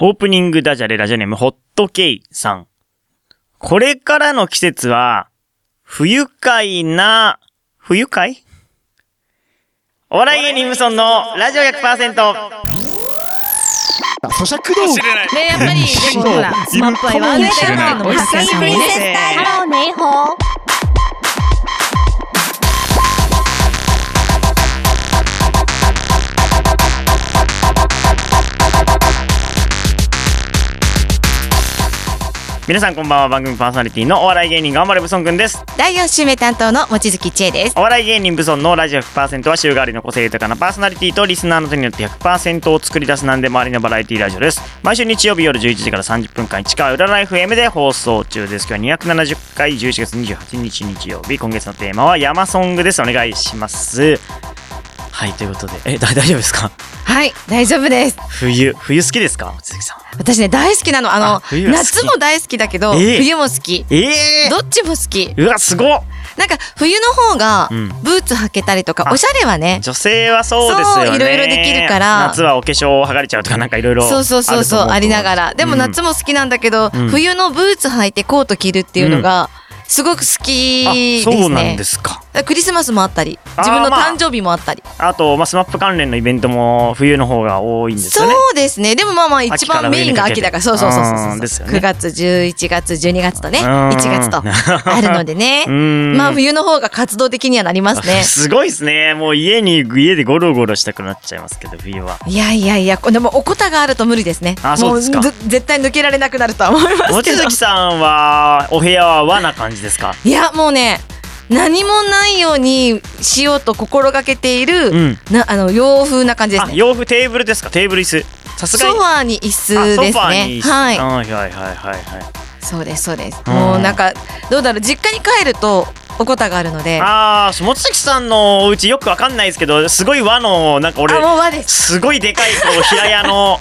オープニングダジャレラジオネームホットケイさん。これからの季節は、不愉快な、不愉快お笑い芸人無尊のラジオ100%。あ咀嚼道知れない。ねやっぱり、でもほら、スマップは言わないいるかのもしれないもね。ハローネイホー。皆さんこんばんは、番組パーソナリティのお笑い芸人頑張れブソンくんです。第4週目担当の望月千恵です。お笑い芸人ブソンのラジオ100%は週替わりの個性豊かなパーソナリティとリスナーの手によって100%を作り出すなんでもありのバラエティラジオです。毎週日曜日夜11時から30分間市川裏ライフ M で放送中です。今日は270回11月28日日曜日、今月のテーマは山ソングです。お願いします。はい、ということで、え、だ大丈夫ですかはい、大丈夫です。冬、冬好きですか望月さん。私ね、大好きなの。ああの、冬は好き夏も大好きだけど、ええ冬も好き。ええどっちも好き。うわ、すごっなんか、冬の方がうん、ブーツ履けたりとか、あおしゃれはね、女性はそうですよね。そういろいろできるから夏はお化粧を剥がれちゃうとかなんかいろいろ。そうそうそうそう、ありながら。でも夏も、も好きなんだけど、うん冬のブーツ履いてコート着るっていうのが、すごく好きあですね。そうなんですか。クリスマスもあったり、あー自分のまあ誕生日もあったり。あとまあスマップ関連のイベントも冬の方が多いんですよね。そうですね。でもまあまあ一秋から番メインが冬にかけて秋だから、そうそうそうそううそんう。ですよね9月、11月、12月とね、うん1月 とあるのでね。ん。まあ冬の方が活動的にはなります ねすごいですね。もう家に家でゴロゴロしたくなっちゃいますけど冬は。いやいやいや、こでもおこたがあると無理ですね。あそうですかもず絶対抜けられなくなるとは思います望けど。月さんはお部屋は和な感じですか。いやもうね何もないようにしようと心がけている、うんなあの洋風な感じですあね洋服テーブルですかテーブル椅子。さすがソにファーに椅子あですソファーにね椅子はいうんはいはいはいはい。そうですそうですうんもうなんかどうだろう実家に帰るとおこたがあるのであああ、下関さんのお家よくわかんないですけど、すごい和の、なんか俺、もう和ですすごいでかいこう平屋の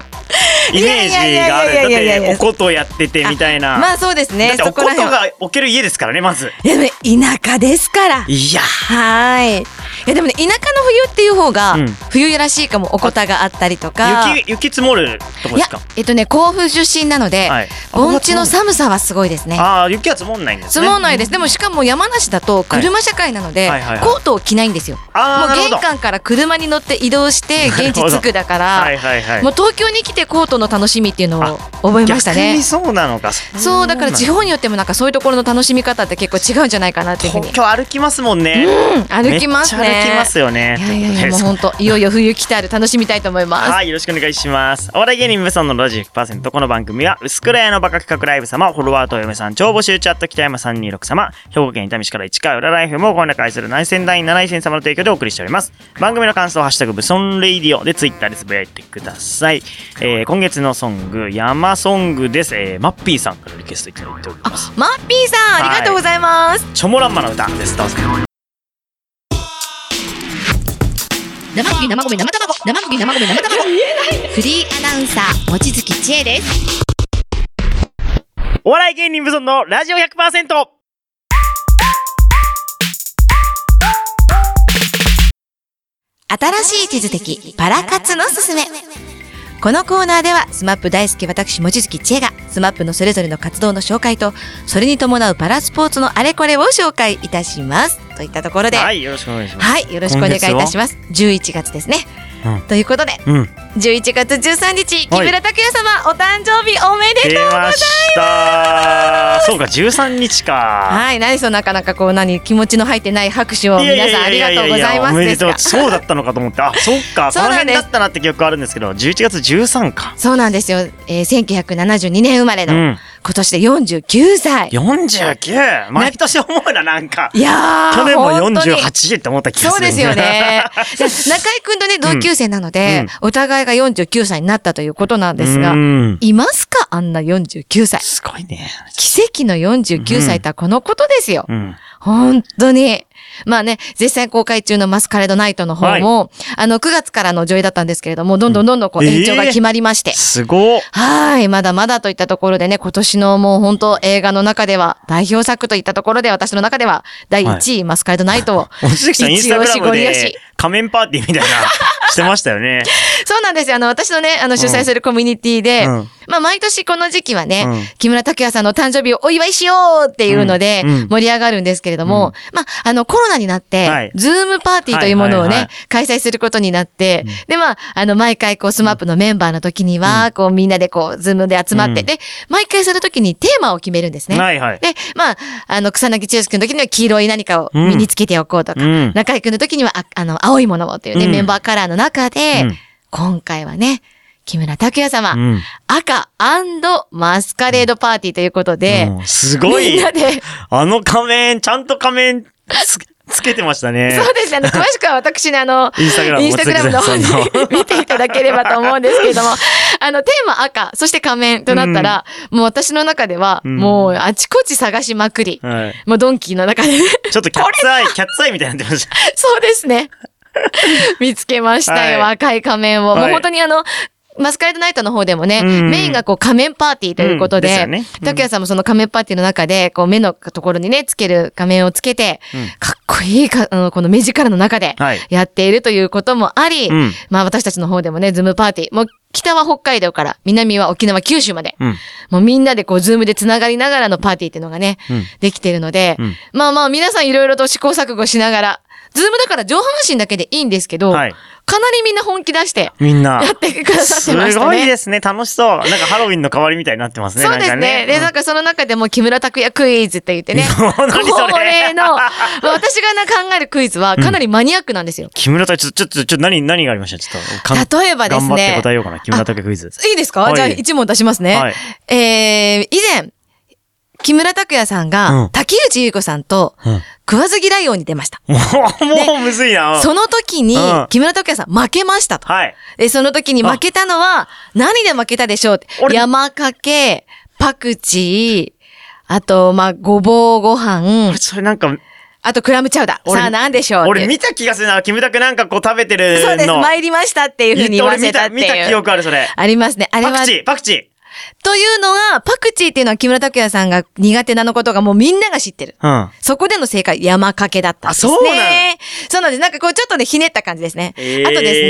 イメージがある。 いだやっいやいやいやいやて、おことやっててみたいな。まあそうですねだってそおここらと辺はが置ける家ですからね、まず。いやでもね田舎ですからいや、はいいやでもね田舎の冬っていう方が、うん冬らしいかもおこたがあったりとか雪、雪積もるとこいでやすか。えっとね甲府出身なので、はい。盆地の寒さはすごいですねああ、雪は積もんないんです積ね。もんないです、でもしかも山梨だと車社会なので、はいはいはいはいコートを着ないんですよもああ、なうるほど玄。関から車に乗って移動して現地着くだから、はいはいはい。もう東京に来てコートの楽しみっていうのを覚えました逆ねにそうなのか。そうだから地方方によってもなんかそういうところの楽しみ方って結構違うんじゃないかなっていうふうに東京歩きますもんね。うん歩きますねめっちゃ歩きますよね。いやいやといやうこともうで本当いよいよ冬来たる楽しみたいと思いますはい、よろしくお願いします。お笑い芸人無尊のラジオ100%。この番組は、薄倉屋のバカ企画ライブ様、フォロワーとお嫁さん、超募集チャット北山326様、兵庫県伊丹市から市川裏ライフも、こんな会する内戦第7位戦様の提供でお送りしております。番組の感想は、ハッシュタグ、無尊レイディオでツイッターでつぶやいてください。えー、今月のソング、山ソングです。えー、マッピーさんからリクエストいただいております。マッピーさんありがとうございます、チョモランマの歌です。どうぞ。生麦生米生卵生麦生米生卵フリーアナウンサー望月千恵ですお笑い芸人無尊のラジオ 100%! 新しい地図的パラ活のすすめこのコーナーではスマップ大好き私望月千恵がスマップのそれぞれの活動の紹介とそれに伴うパラスポーツのあれこれを紹介いたしますといったところでは、はいい、よろしくお願いします。よろしくお願いいたします11月ですね、うんということでうん。 11月13日木はい村拓哉様、お誕生日おめでとう出ましたそうか13日かはい何そのなかなかこう何気持ちの入ってない拍手を皆さんありがとうございますおめでですとがうそうだったのかと思って あそっかこそうのなん辺ですだったなって記憶あるんですけど11月13かそうなんですよ、えー、1972年生まれうの、ん今年で49歳49毎年思うななんかいやー去年も本当に48って思った気がそすうるですよね。で 中井くんとね、同級生なので、お互いが49歳になったということなんですがう、んいますかあんな49歳。すごいね奇跡の49歳とはこのことですよ。うん本当に。まあね、絶賛公開中のマスカレードナイトの方も、あの、9月からの上位だったんですけれども、どんどんどんどんこううん延長が決まりまして。すごっはい。まだまだといったところでね、今年のもう本当映画の中では、代表作といったところで、私の中では、第1位、マスカレードナイト を。望月さんインスタグラ一押しムご利用でし仮面パーティーみたいなしてましたよねそうなんですよ。あの、私のね、あの、主催するコミュニティで、うんまあ、毎年この時期はね、うん木村拓哉さんの誕生日をお祝いしようっていうのでうんうん、盛り上がるんですけれども、まあ、あの、コロナになっはいて、ズームパーティーというものをはいはいはいね、開催することになって、で、まあ、あの、毎回、こう、スマップのメンバーの時には、こう、みんなでこう、ズームで集まっうて、んで、毎回する時にテーマを決めるんです ね。はいはい。で、まあ、あの、草薙剛君の時には黄色い何かを身につけておこうとか、うん中居君の時にはあ、あの、青いものをというね、うんメンバーカラーの中で、うん今回はね、木村拓哉様、うん赤マスカレードパーティーということで、うんすごいみんなで、あの仮面、ちゃんと仮面つつけてましたね。そ うですね、あの、詳しくは私のあの、インスタグラムインスタグラムの方に松崎 さん見ていただければと思うんですけれども、あの、テーマ赤、そして仮面となったら、もう私の中では、うんもうあちこち探しまくり、はい。もうドンキーの中で、ちょっとキャッツアイ、キャッツアイみたいになってました。 そうですね。見つけましたよ、はい赤い仮面を。はいもう本当にあの、マスカレードナイトの方でもね、うんメインがこう仮面パーティーということうんですでよね、うん拓也さんもその仮面パーティーの中で、こう目のところにね、つける仮面をつけて、かっこいいか、あの、この目力の中ではいやっているということもあり、うんまあ私たちの方でもね、ズームパーティー、もう北は北海道から、南は沖縄、九州まで、うん。もうみんなでこう、ズームで繋がりながらのパーティーっていうのがね、うんできてるので、うんまあまあ皆さんいろいろと試行錯誤しながら、ズームだから上半身だけでいいんですけど、はいかなりみんな本気出して、みんなや。ってくださってすましたね。ごいですね。楽しそう。なんかハロウィンの代わりみたいになってますね。そうですね。で、ななんんか。かその中でも木村拓哉クイズって言ってね何そ れ恒例の、私がな考えるクイズはかなりマニアックなんですよ。木村拓哉、ちょっと、ちょっと、ちょっと、何、何がありましたちょっとかん。例えばですね頑張って答えようかな。木村拓哉クイズ。いいですか、はいじゃあ一問出しますね。はいえー、以前、木村拓哉さうんんが竹内優子さんとうん食わず嫌い王に出ました。もう、もうむずいな。その時にうん木村拓哉さん負けましたと。はい。で、その時に負けたのは、何で負けたでしょうって俺山かけ、パクチー、あと、まあ、ごぼうご飯、それなんか、あとクラムチャウダー。俺さあ、何でしょうってい俺う見た気がするな。キムタクなんかこう食べてるの。そうです。参りましたっていうふうに言わせたって俺見た見たい記う。憶ある、それ。ありますね。あれパはクチ、ー、パクチというのは、パクチーっていうのは木村拓哉さんが苦手なのことがもうみんなが知ってる。ー。うん。そこでの正解、山かけだったんですね。あそうなのそうなんです。なんかこう、ちょっとね、ひねった感じですね。えーあとです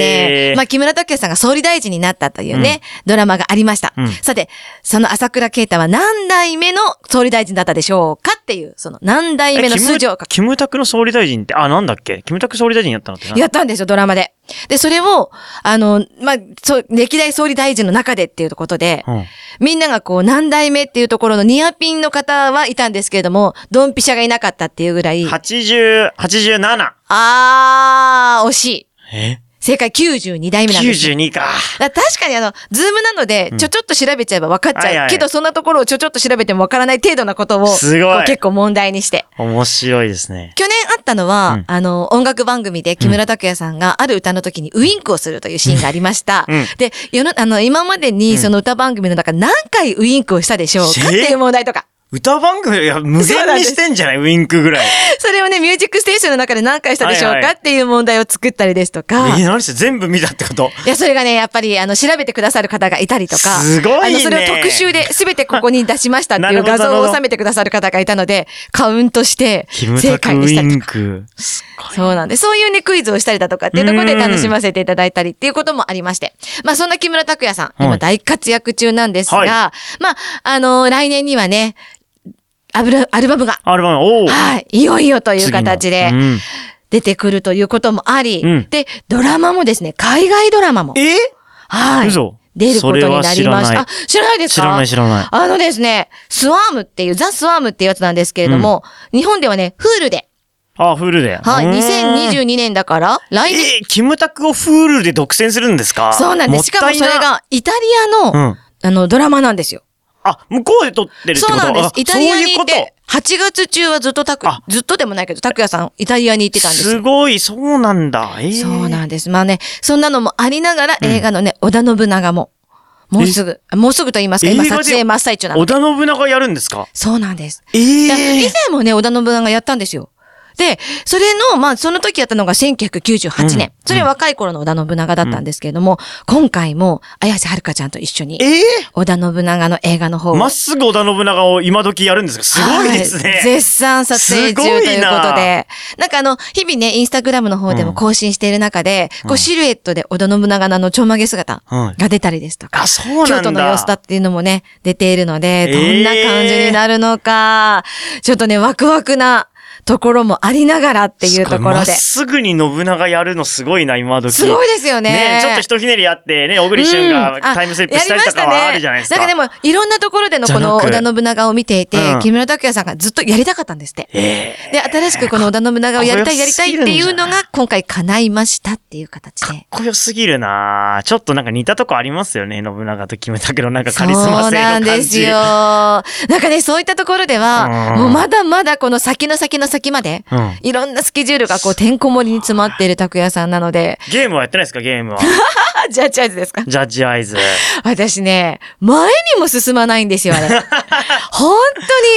ね、まあ、木村拓哉さんが総理大臣になったというね、ドラマがありました。うんさて、その朝倉啓太は何代目の総理大臣だったでしょうかっていう、その何代目の数字を書きえキムキムタクの総理大臣って、あ、なんだっけキムタク総理大臣やったのってなやったんですよ、ドラマで。で、それを、あの、まあ、そう、歴代総理大臣の中でっていうことで、うんみんながこう、何代目っていうところのニアピンの方はいたんですけれども、ドンピシャがいなかったっていうぐらい、 80、87。あー、惜しい。え正解92代目なんですよ。 ?92 か。だから確かにあの、ズームなので、ちょちょっと調べちゃえば分かっちはいゃはう。いけど、そんなところをちょちょっと調べても分からない程度なことを、すごいこう結構問題にして。面白いですね。去年あったのうは、んあの、音楽番組で木村拓哉さんがある歌の時にウインクをするというシーンがありました。うんで、世の、あの、今までにその歌番組の中何回ウインクをしたでしょうかっていう問題とか。歌番組、いや、無限にしてんじゃないウィンクぐらい。それをね、ミュージックステーションの中で何回したでしょうはいはかいっていう問題を作ったりですとか。え、何して全部見たってこといや、それがね、やっぱり、あの、調べてくださる方がいたりとか、すごいねあの、それを特集で全てここに出しましたっていなるうほど画なる像ほをど収めてくださる方がいたので、カウントして、キム正タク解ウにしたりィンとか。ク。そうなんで、そういうね、クイズをしたりだとかっていうところで楽しませていただいたりっていうこともありまして。まあ、そんな木村拓哉さん、は今い大活躍中なんですが、はいまあ、あの来年にはね、アブラアルバムが、アルバム、おお。はい、いよいよという形で次のうん出てくるということもあり、うんで、ドラマもですね、海外ドラマも。えはい。嘘出ることになりまそしれは知らないた。あ、知らないですか知らない知らないあのですね、スワームっていう、ザ・スワームっていうやつなんですけれども、日本ではね、フールで、あ、フールで。はい、うーん2022年だから、来年、えー、キムタクをフールで独占するんですかそうなんです。しかもそれ。ったいなが、イタリアの、うんあの、ドラマなんですよ。あ、向こうで撮ってるってこそとうなんですあ。イタリアそうにいう行こっとて、8月中はずっとたくあ、ずっとでもないけど、拓也さん、イタリアに行ってたんですよすごい、そうなんだ。えー、そうなんんです。まあね、そんなのもありながら、映画のね、織田信長も、もうすぐ、もうすぐと言いますか、今撮影真っ最中なの織。田信長やるんですかそうなんです。えいや以前えもね、織田信長やったんですよ。で、それの、まあ、その時やったのが1998うんう年ん。それは若い頃の織田信長だったんですけれども、今回も、綾瀬はるかちゃんと一緒に、え織田信長の映画の方えをまっすぐ織田信長を今時やるんですかすごいですはね。い絶賛撮影中ということで。なんかあの、日々ね、インスタグラムの方でも更新している中で、うんこうシルエットで織田信長のあのちょんまげ姿はいが出たりですとか、あそうなんだ京都の様子だっていうのもね、出ているので、えどんーな感じになるのか、ちょっとね、ワクワクなところもありながらっていうとこまろっで。すぐに信長やるのすごいな、今時。すごいですよね。ねえちょっとひとひねりあって、ね、小栗旬がうんあタイムスリップしたりとかはあるじゃないですか。やりましたねなんかでも、いろんなところでのじゃこなくの織田信長を見ていてうん、木村拓哉さんがずっとやりたかったんですって。ええで、新しくこの織田信長をやりたいやりたいっていうのかが今回叶いましたっていう形で。かっこよすぎるなちょっとなんか似たとこありますよね、信長と決めたけど、なんかカリスマ性の感じ。そうなんですよ。なんかね、そういったところでう、はんもうまだまだこの先の先の先まで、うんいろんなスケジュールがこう、てんこ盛りに詰まっている拓也さんな ので、ゲームはやってないですか、ゲー ムは。あ、ジャッジアイズですかジャッジアイズ。私ね、前にも進まないんですよ、あ れ。本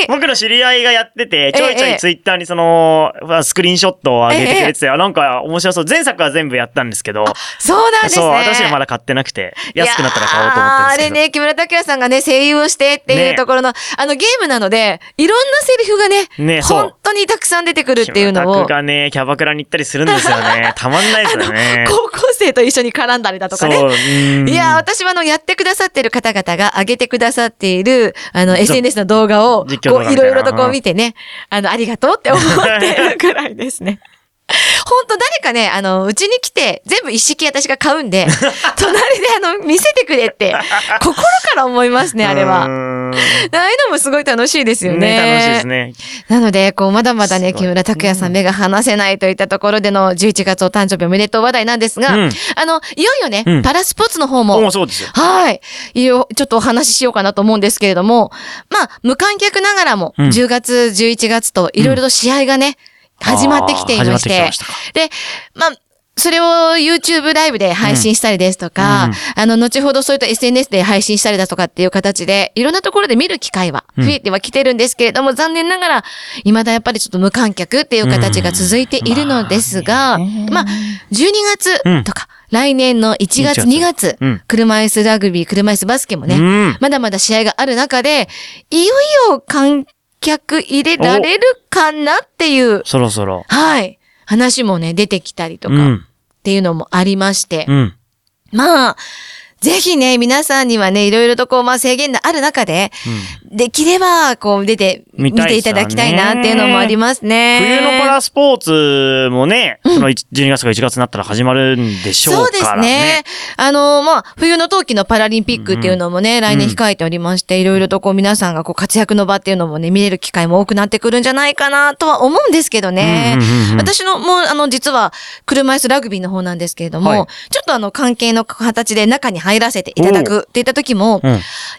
当に。僕の知り合いがやってて、ちょいちょえいえツイッターにその、まあスクリーンショットを上げてくれてて、あなんか面白そう。前作は全部やったんですけど、そうなんですそね。う、私はまだ買ってなくて、安くなったら買おうと思ってるんですけど。いやーあれね、木村拓哉さんがね、声優をしてっていうねところの、あのゲームなので、いろんなセリフがね、ねそう本当にたくさん出てくるっていうのキムタを、クがね、キャバクラに行ったりするんですよね。 たまんないですよね。高校生と一緒に絡んだりだとかそうね。うんいやー、私はあの、やってくださってる方々が上げてくださっている、あの、SNS の動画を、こ実況動画う、みいたいろないろとこう見てね、あの、ありがとうって思ってるくらいですね。 本当誰かね、あの、うちに来て、全部一式私が買う んで、隣であの、見せてくれって、心から思いますね、あれは。は。ああいうのもすごい楽しいですよね。ね、楽しいです。ね。なので、こう、まだまだね、すごい木村拓哉さん目が離せないといったところでの11月お誕生日おめでとう話題なんですが、うんあの、いよいよね、うんパラスポーツの方も、もうそうですよ。はい。いよ、ちょっとお話ししようかなと思うんですけれども、まあ、無観客ながらも、うん10月、11月といろいろと試合がね、始まってきていましあー始て、まってきてましたかで、まあ、それを YouTube ライブで配信したりですとか、うんうんあの、後ほどそういった SNS で配信したりだとかっていう形で、いろんなところで見る機会はうん増えてはきてるんですけれども、残念ながら、未だやっぱりちょっと無観客っていう形が続いているのですが、うんまあ、12月とか、来年の1月、 1月2月、うん車椅子ラグビー、車椅子バスケもね、うんまだまだ試合がある中で、いよいよ観客入れられるかなっていう、そろそろ。はい、話もね、出てきたりとうかっん。ていうのもありまして、うん。まあ、ぜひね、皆さんにはね、いろいろとこう、まあ制限のある中で、できれば、こう、出て、見見たいてっいすよたねだきたいなっていうのもありますね。冬のパラスポーツもね、その一12月か1月になったら始まるんでしょそううでかすらねね。。あの、まあ、冬の冬季のパラリンピックっていうのもね、来年控えておりまして、いろいろとこう皆さんがこう活躍の場っていうのもね、見れる機会も多くなってくるんじゃないかなとは思うんですけどね。うんうんうんうん私のもう、あの、実は、車椅子ラグビーの方なんですけれども、はいちょっとあの、関係の形で中に入らせていただくって言った時も、うん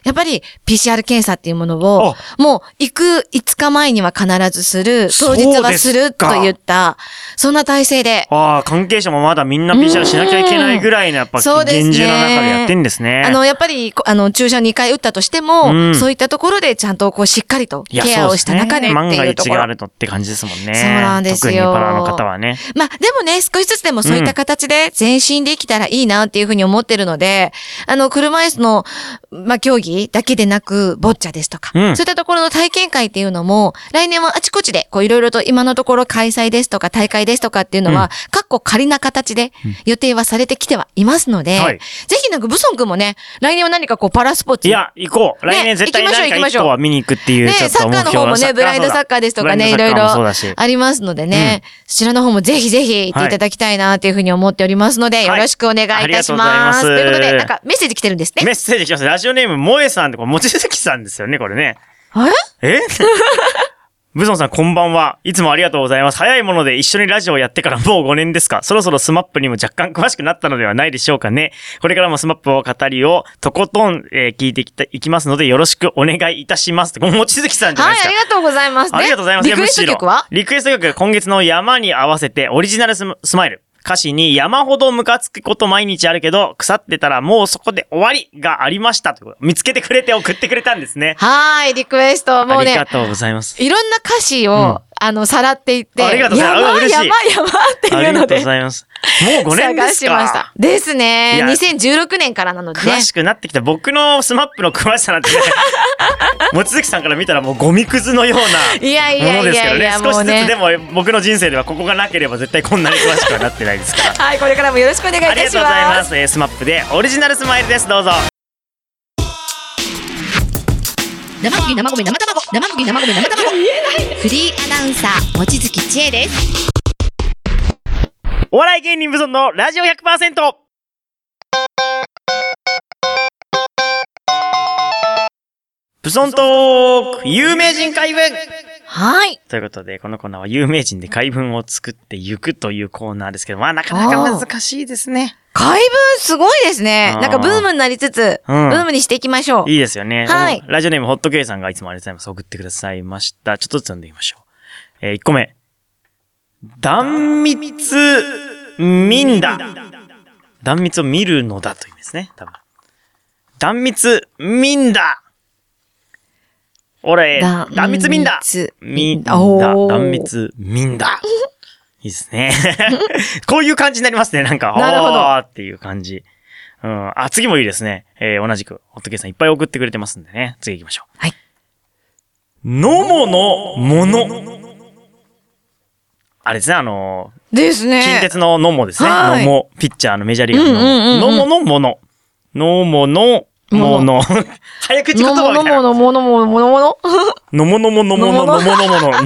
やっぱり PCR 検査っていうものを、もう行く5日前には必ずする、当日はそすうでするかといった、そんな体制で、ああ、関係者もまだみんな PCR しなきゃいけないぐらいの、やっぱ、そうですね厳重な中でやってんですね。あの、やっぱり、こあの、注射2回打ったとしても、うんそういったところでちゃんとこう、しっかりといや、ケアをした中でっそうすねて万がいうと一こがろ。あるとって感じですもんね。そうなんですよ特にパラの方はね。まあ、でもね、少しずつでもそういった形で前進できたらいいなっていうふうに思ってるので、あの、車椅子の、まあ、競技だけでなく、ボッチャですとか、うんそういったところの体験会っていうのも、来年はあちこちで、こう、いろいろと今のところ開催ですとか、大会ですとかっていうのは、かっこ仮な形で予定はされてきてはいますので、はいぜひなんか、ブソン君もね、来年は何かこう、パラスポーツいや、行こう。ね来年絶対行きましょう何か行きまし一ょう個は見に行くっていう、ね、ちょっサとッ目カーの標方もね、ブラインドサッカーですとかね、いろいろそうだし。ありますのでね、知らぬ方もぜひぜひ行っていただきたいなというふうに思っておりますので、いよろしくお願いいありたがしとうございまますす。ということで、なんかメッセージ来てるんですね。メッセージ来ました。ラジオネーム、萌えさんって、これ、もちづきさんですよね、これね。ええブソンさん、こんばんは。いつもありがとうございます。早いもので一緒にラジオをやってからもう5年ですか。そろそろスマップにも若干詳しくなったのではないでしょうかね。これからもスマップを語りをとことん、えー聞いてきたいきますので、よろしくお願いいたします。これ、もちづきさんじゃないはでい、すかあり。がとうございますね。ありがとうございます。リクエストいやむしろ曲はリクエスト曲が今月の山に合わせてオリジナルススマイル。歌詞に山ほどムカつくこと毎日あるけど、腐ってたらもうそこで終わりがありましたということ。見つけてくれて送ってくれたんですね。 はーい、リクエスト。もうありねが、とうございます。いろんな歌詞うんを、あの、さらっていって、ありがやとばういございやますば嬉いしいやばってあ いうりのがとうでご、ざいます。もう5年で探すしましたか。ですいね。や2016年からなのでね。詳しくなってきた僕のスマップの詳しさなん てね、望月さんから見たらもうゴミくずのようないやいもやのいですけやどいねや、少しもうずつでね。も僕の人生ではここがなければ絶対こんなに詳しくはなってないですからはい、これからもよろしくお願いいたしありがとうございます、えー、スマップでオリジナルスマイルですどうぞ生麦生米生卵生麦生米生卵フリーアナウンサー望月千恵ですお笑い芸人無尊のラジオ 100%! ブソントーク有名人解文はいということで、このコーナーは有名人で解文を作っていくというコーナーですけど、まあなかなか難しいですね。解文すごいですねあーなんかブームになりつつ、うんブームにしていきましょういいですよね。はいラジオネームホットケイさんがいつもありがとうございます。送ってくださいました。ちょっとずつ読んでいきましょう。えー、1個目。断密民だ。断密を見るのだという意味ですね。多分。断密民だ。俺、だ断密民だ。みんだ。おー断密民だ。いいですね。 こういう感じになりますね。なんか、なるほどおーっていう感じ。うん。あ、次もいいですね。えー同じく、ホットケイさんいっぱい送ってくれてますんでね。次行きましょう。はい。のものもの。あれですね、あのですー、近ね鉄ののもですね。はのいも、ピッチャーのメジャーリーガーうんうんのうも。んのものもの。のものもの。 早口言の葉もみのたいもな。のものものものもののものものもののものもの。の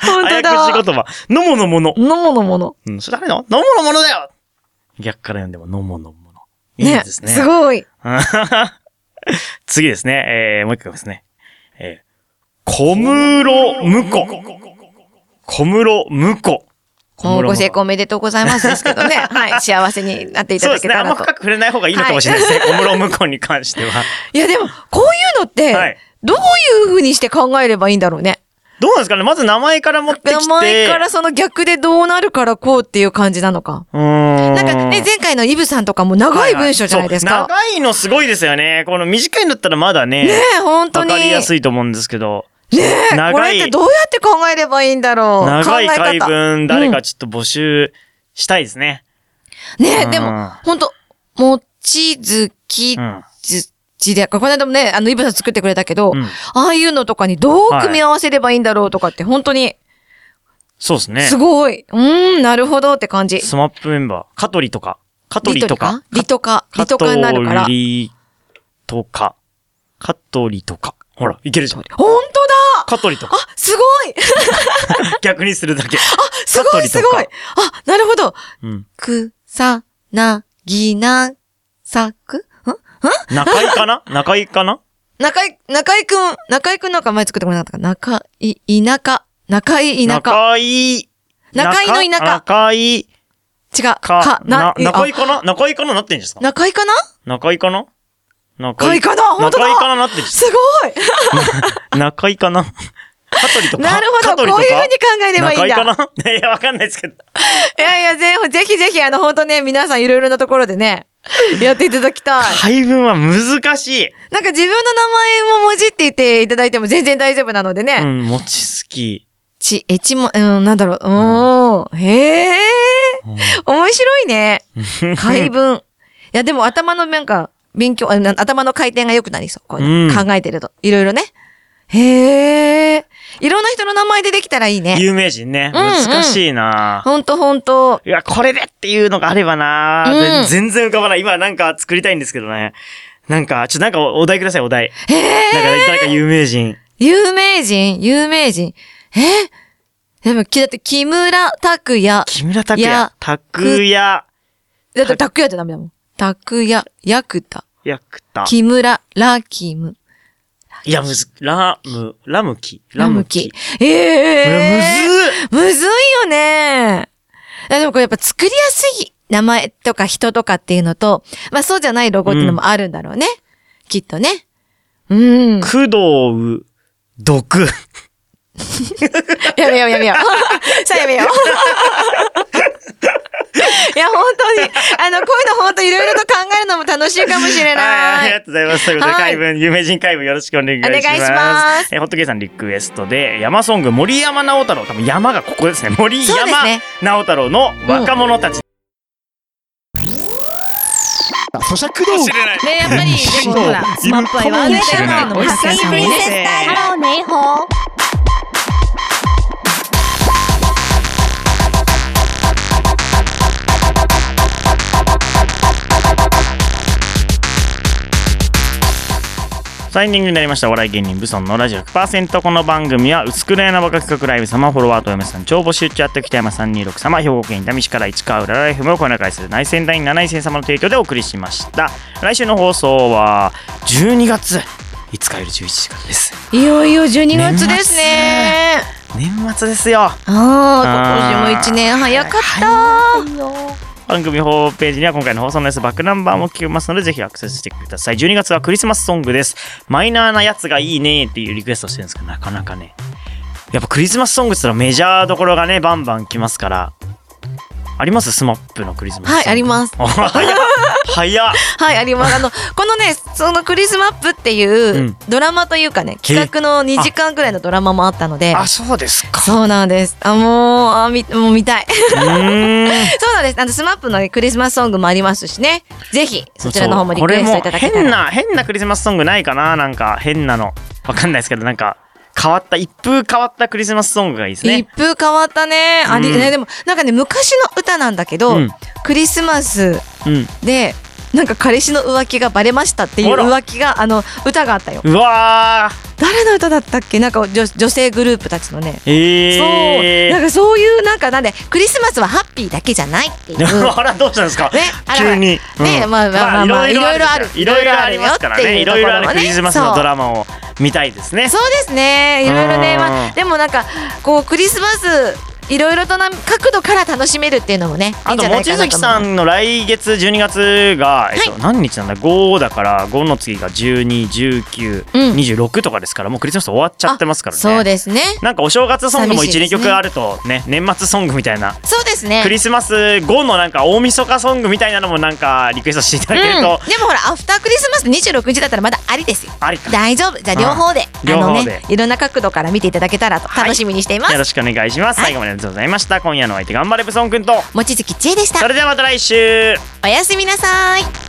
本当早だ口言葉。のものもの。のものものうん、それ誰の飲むのものだよ逆から読んでも飲むのもの。いいですね。すごい 次ですね。えー、もう一回ですね。えー、小室むこ。小室むこ。もうご成むこ功おめでとうございますですけど ねはい幸せになっていたそうだですけね。あたんまらと深く触れない方がいいのかもしれないですね。 小室むこに関しては。いやでもこういうのっはいてどういうふうにして考えればいいんだろうねどうなんですかねまず名前から持ってきて。前からその逆でどうなるからこうっていう感じなのかうーん。なんかね、前回のイブさんとかも長い文章じゃないですははそか。う長いのすごいですよね。この短いんだったらまだね。ねえ、本当わに。かりやすい。いと思うんですけど。ね え、こ長れっていどうやって考えればいいんだろう。長い回考え方文、誰かちょっと募集したいですね。ねうえ、んでも、本当もちづきうんずちで、この間もね、あの、イブさん作ってくれたけど、うんああいうのとかにどう組み合わせればいいんだろうとかって、本当に、そうですね。すごい。うーん、なるほどって感じ。スマップメンバー、カトリとか、カトリとか、リとか、リカとトかになるから。リとか、カトリとか。ほら、いけるじゃん。本当だカトリと か。あ、すごい逆にするだけ。すカトごリいとすかごいあ、なるほどうん。く、さ、な、ぎな、さくん中井かな中井かな中井、中井くん、中井くんなんか前作ってこなかったかな中井、田舎、中井、田舎。中井。中井の田舎中井違う。か、な、え中井あかな中井かななってんじゃないですか中井かな中井かな中中井かな本当だ中井かななってんじゃないですかすご中井か なカトリといかなるカほトどリとこかういうふうに考えればいいんだ。中井かな いや、わかんないですけど。いやいや、ぜひ、ぜひぜひ、あの、本当ね、皆さんいろいろなところでね、やっていただ きたい。配分は難しい。なんか自分の名前ももじっていていただいても全然大丈夫なのでね。うん、餅好き。ち、えちも、うん、なんだろう、うーん、へえ、面白いね。解文。いや、でも頭のなんか、勉強、あな頭の回転が良くなりそう。こうねうん考えてると。いろいろね。へえ、いろんな人の名前でできたらいいね。有名人ね。うんうん難しいな、ほんとほんと。いや、これでっていうのがあればな、うんぜ全然浮かばない。今なんか作りたいんですけどね。なんか、ちょっとなんかおお題ください、お題。へえ、なんか、誰か有名人。有名人、有名人。えでも、きだって、木村拓哉。木村拓い哉や。拓哉。だって、拓哉ってダメだもん。拓哉、役田、役田。木村、ラキム、いや、むず、ラム、ラムキ。ラムキ。ラムえキ。いえやむずっむずいよね。あでもこれやっぱ作りやすい名前とか人とかっていうのと、まあそうじゃないロゴっていうのもあるんだろうね。きっとね。うん。工藤、毒。 やめようやめよう。さあやめよう。いや、本当に、あの、こういうの本当いろいろと考えるのも楽しいかもしはれい、あなりがい。とうございます。ということで、はい海文、有名人海文よろしくお願いします。お願いしますえーホットケイさんリクエストで、山ソング、森山直太朗、多分山がここですね。森そうです山ね直太朗の若者たち。あ咀嚼道具知らない。ね、やっぱり、でもほら、スマップ愛はあるんだよっていうのも、さすがにね。ハローネイホーサインディングになりましたお笑い芸人ブソンのラジオ100%この番組は薄くれなバカ企画ライブ様フォロワーとお嫁さん超募集中あった北山326様兵庫県伊丹市から市川浦ライフもこの中する内戦第7位戦様の提供でお送りしました来週の放送は12月5日より11時からですいよいよ12月ですね。年末ですよああ、今年も一年早かった。番組ホームページには今回の放送のやつバックナンバーも聞けますのでぜひアクセスしてください12月はクリスマスソングですマイナーなやつがいいねっていうリクエストしてるんですけどなかなかねやっぱクリスマスソングって言ったらメジャーどころがねバンバン来ますからありますスマップのクリスマスソングはいあります早っ 早っはい、あります。あ の、このね、そのクリスマップっていううんドラマというかね、企画の2時間くらいのドラマもあったので、あそうですかそうなんです。あ、もう、あ、み、もう見たい。 うーんそうなんです。あの、スマップのねクリスマスソングもありますしね。ぜひ、そちらの方もリクエストいただけこたれも変ら。な変なクリスマスソングないかななんか変なのわかんないですけどなんか変わった一風変わったクリスマスソングがいいですね一風変わったね。あり、うんね、でも、なんかね、昔の歌なんだけど、うんクリスマスうんで、なんか彼氏の浮気がバレましたっていうあら浮気が、あの、歌があったよ。うわー誰の歌だったっけなんか女女性グループたちのね。そう。えなんー、かそういう、なんかなんで、クリスマスはハッピーだけじゃないっていう。 あらどうしたんですか、ねあら急に、ねまあまあまあまあいいろろいいろろあありるますからよってねいいうとろこいろろはあねるクリスマスのドラマを見たいですねそうですね。いろいろうね、んまあ、でもなんか、こうクリスマス。いろいろとな角度から楽しめるっていうのもね。いいあんじとゃない望かな月と思いさます。んの来月12月が、えっと何日なんだ5だから5の次がうん121926とかですからもうクリスマス終わっちゃってますからねそうですね。なんかお正月ソングも寂しい12ですね曲あるとね年末ソングみたいなそうですね。クリスマス後のなんか大晦日ソングみたいなのもなんかリクエストしていただけるとうん、でもほら、アフタークリスマス二十六日だったら、まだありですよ。ありか大丈夫、じゃあ両方で、うんあの両方ねで、いろんな角度から見ていただけたらと楽しみにしています。よろしくお願いします。最後までありがとうございました。今夜のお相手、頑張れブソンくんと。望月千恵でしたそ。れではまた来週おやすみなさい。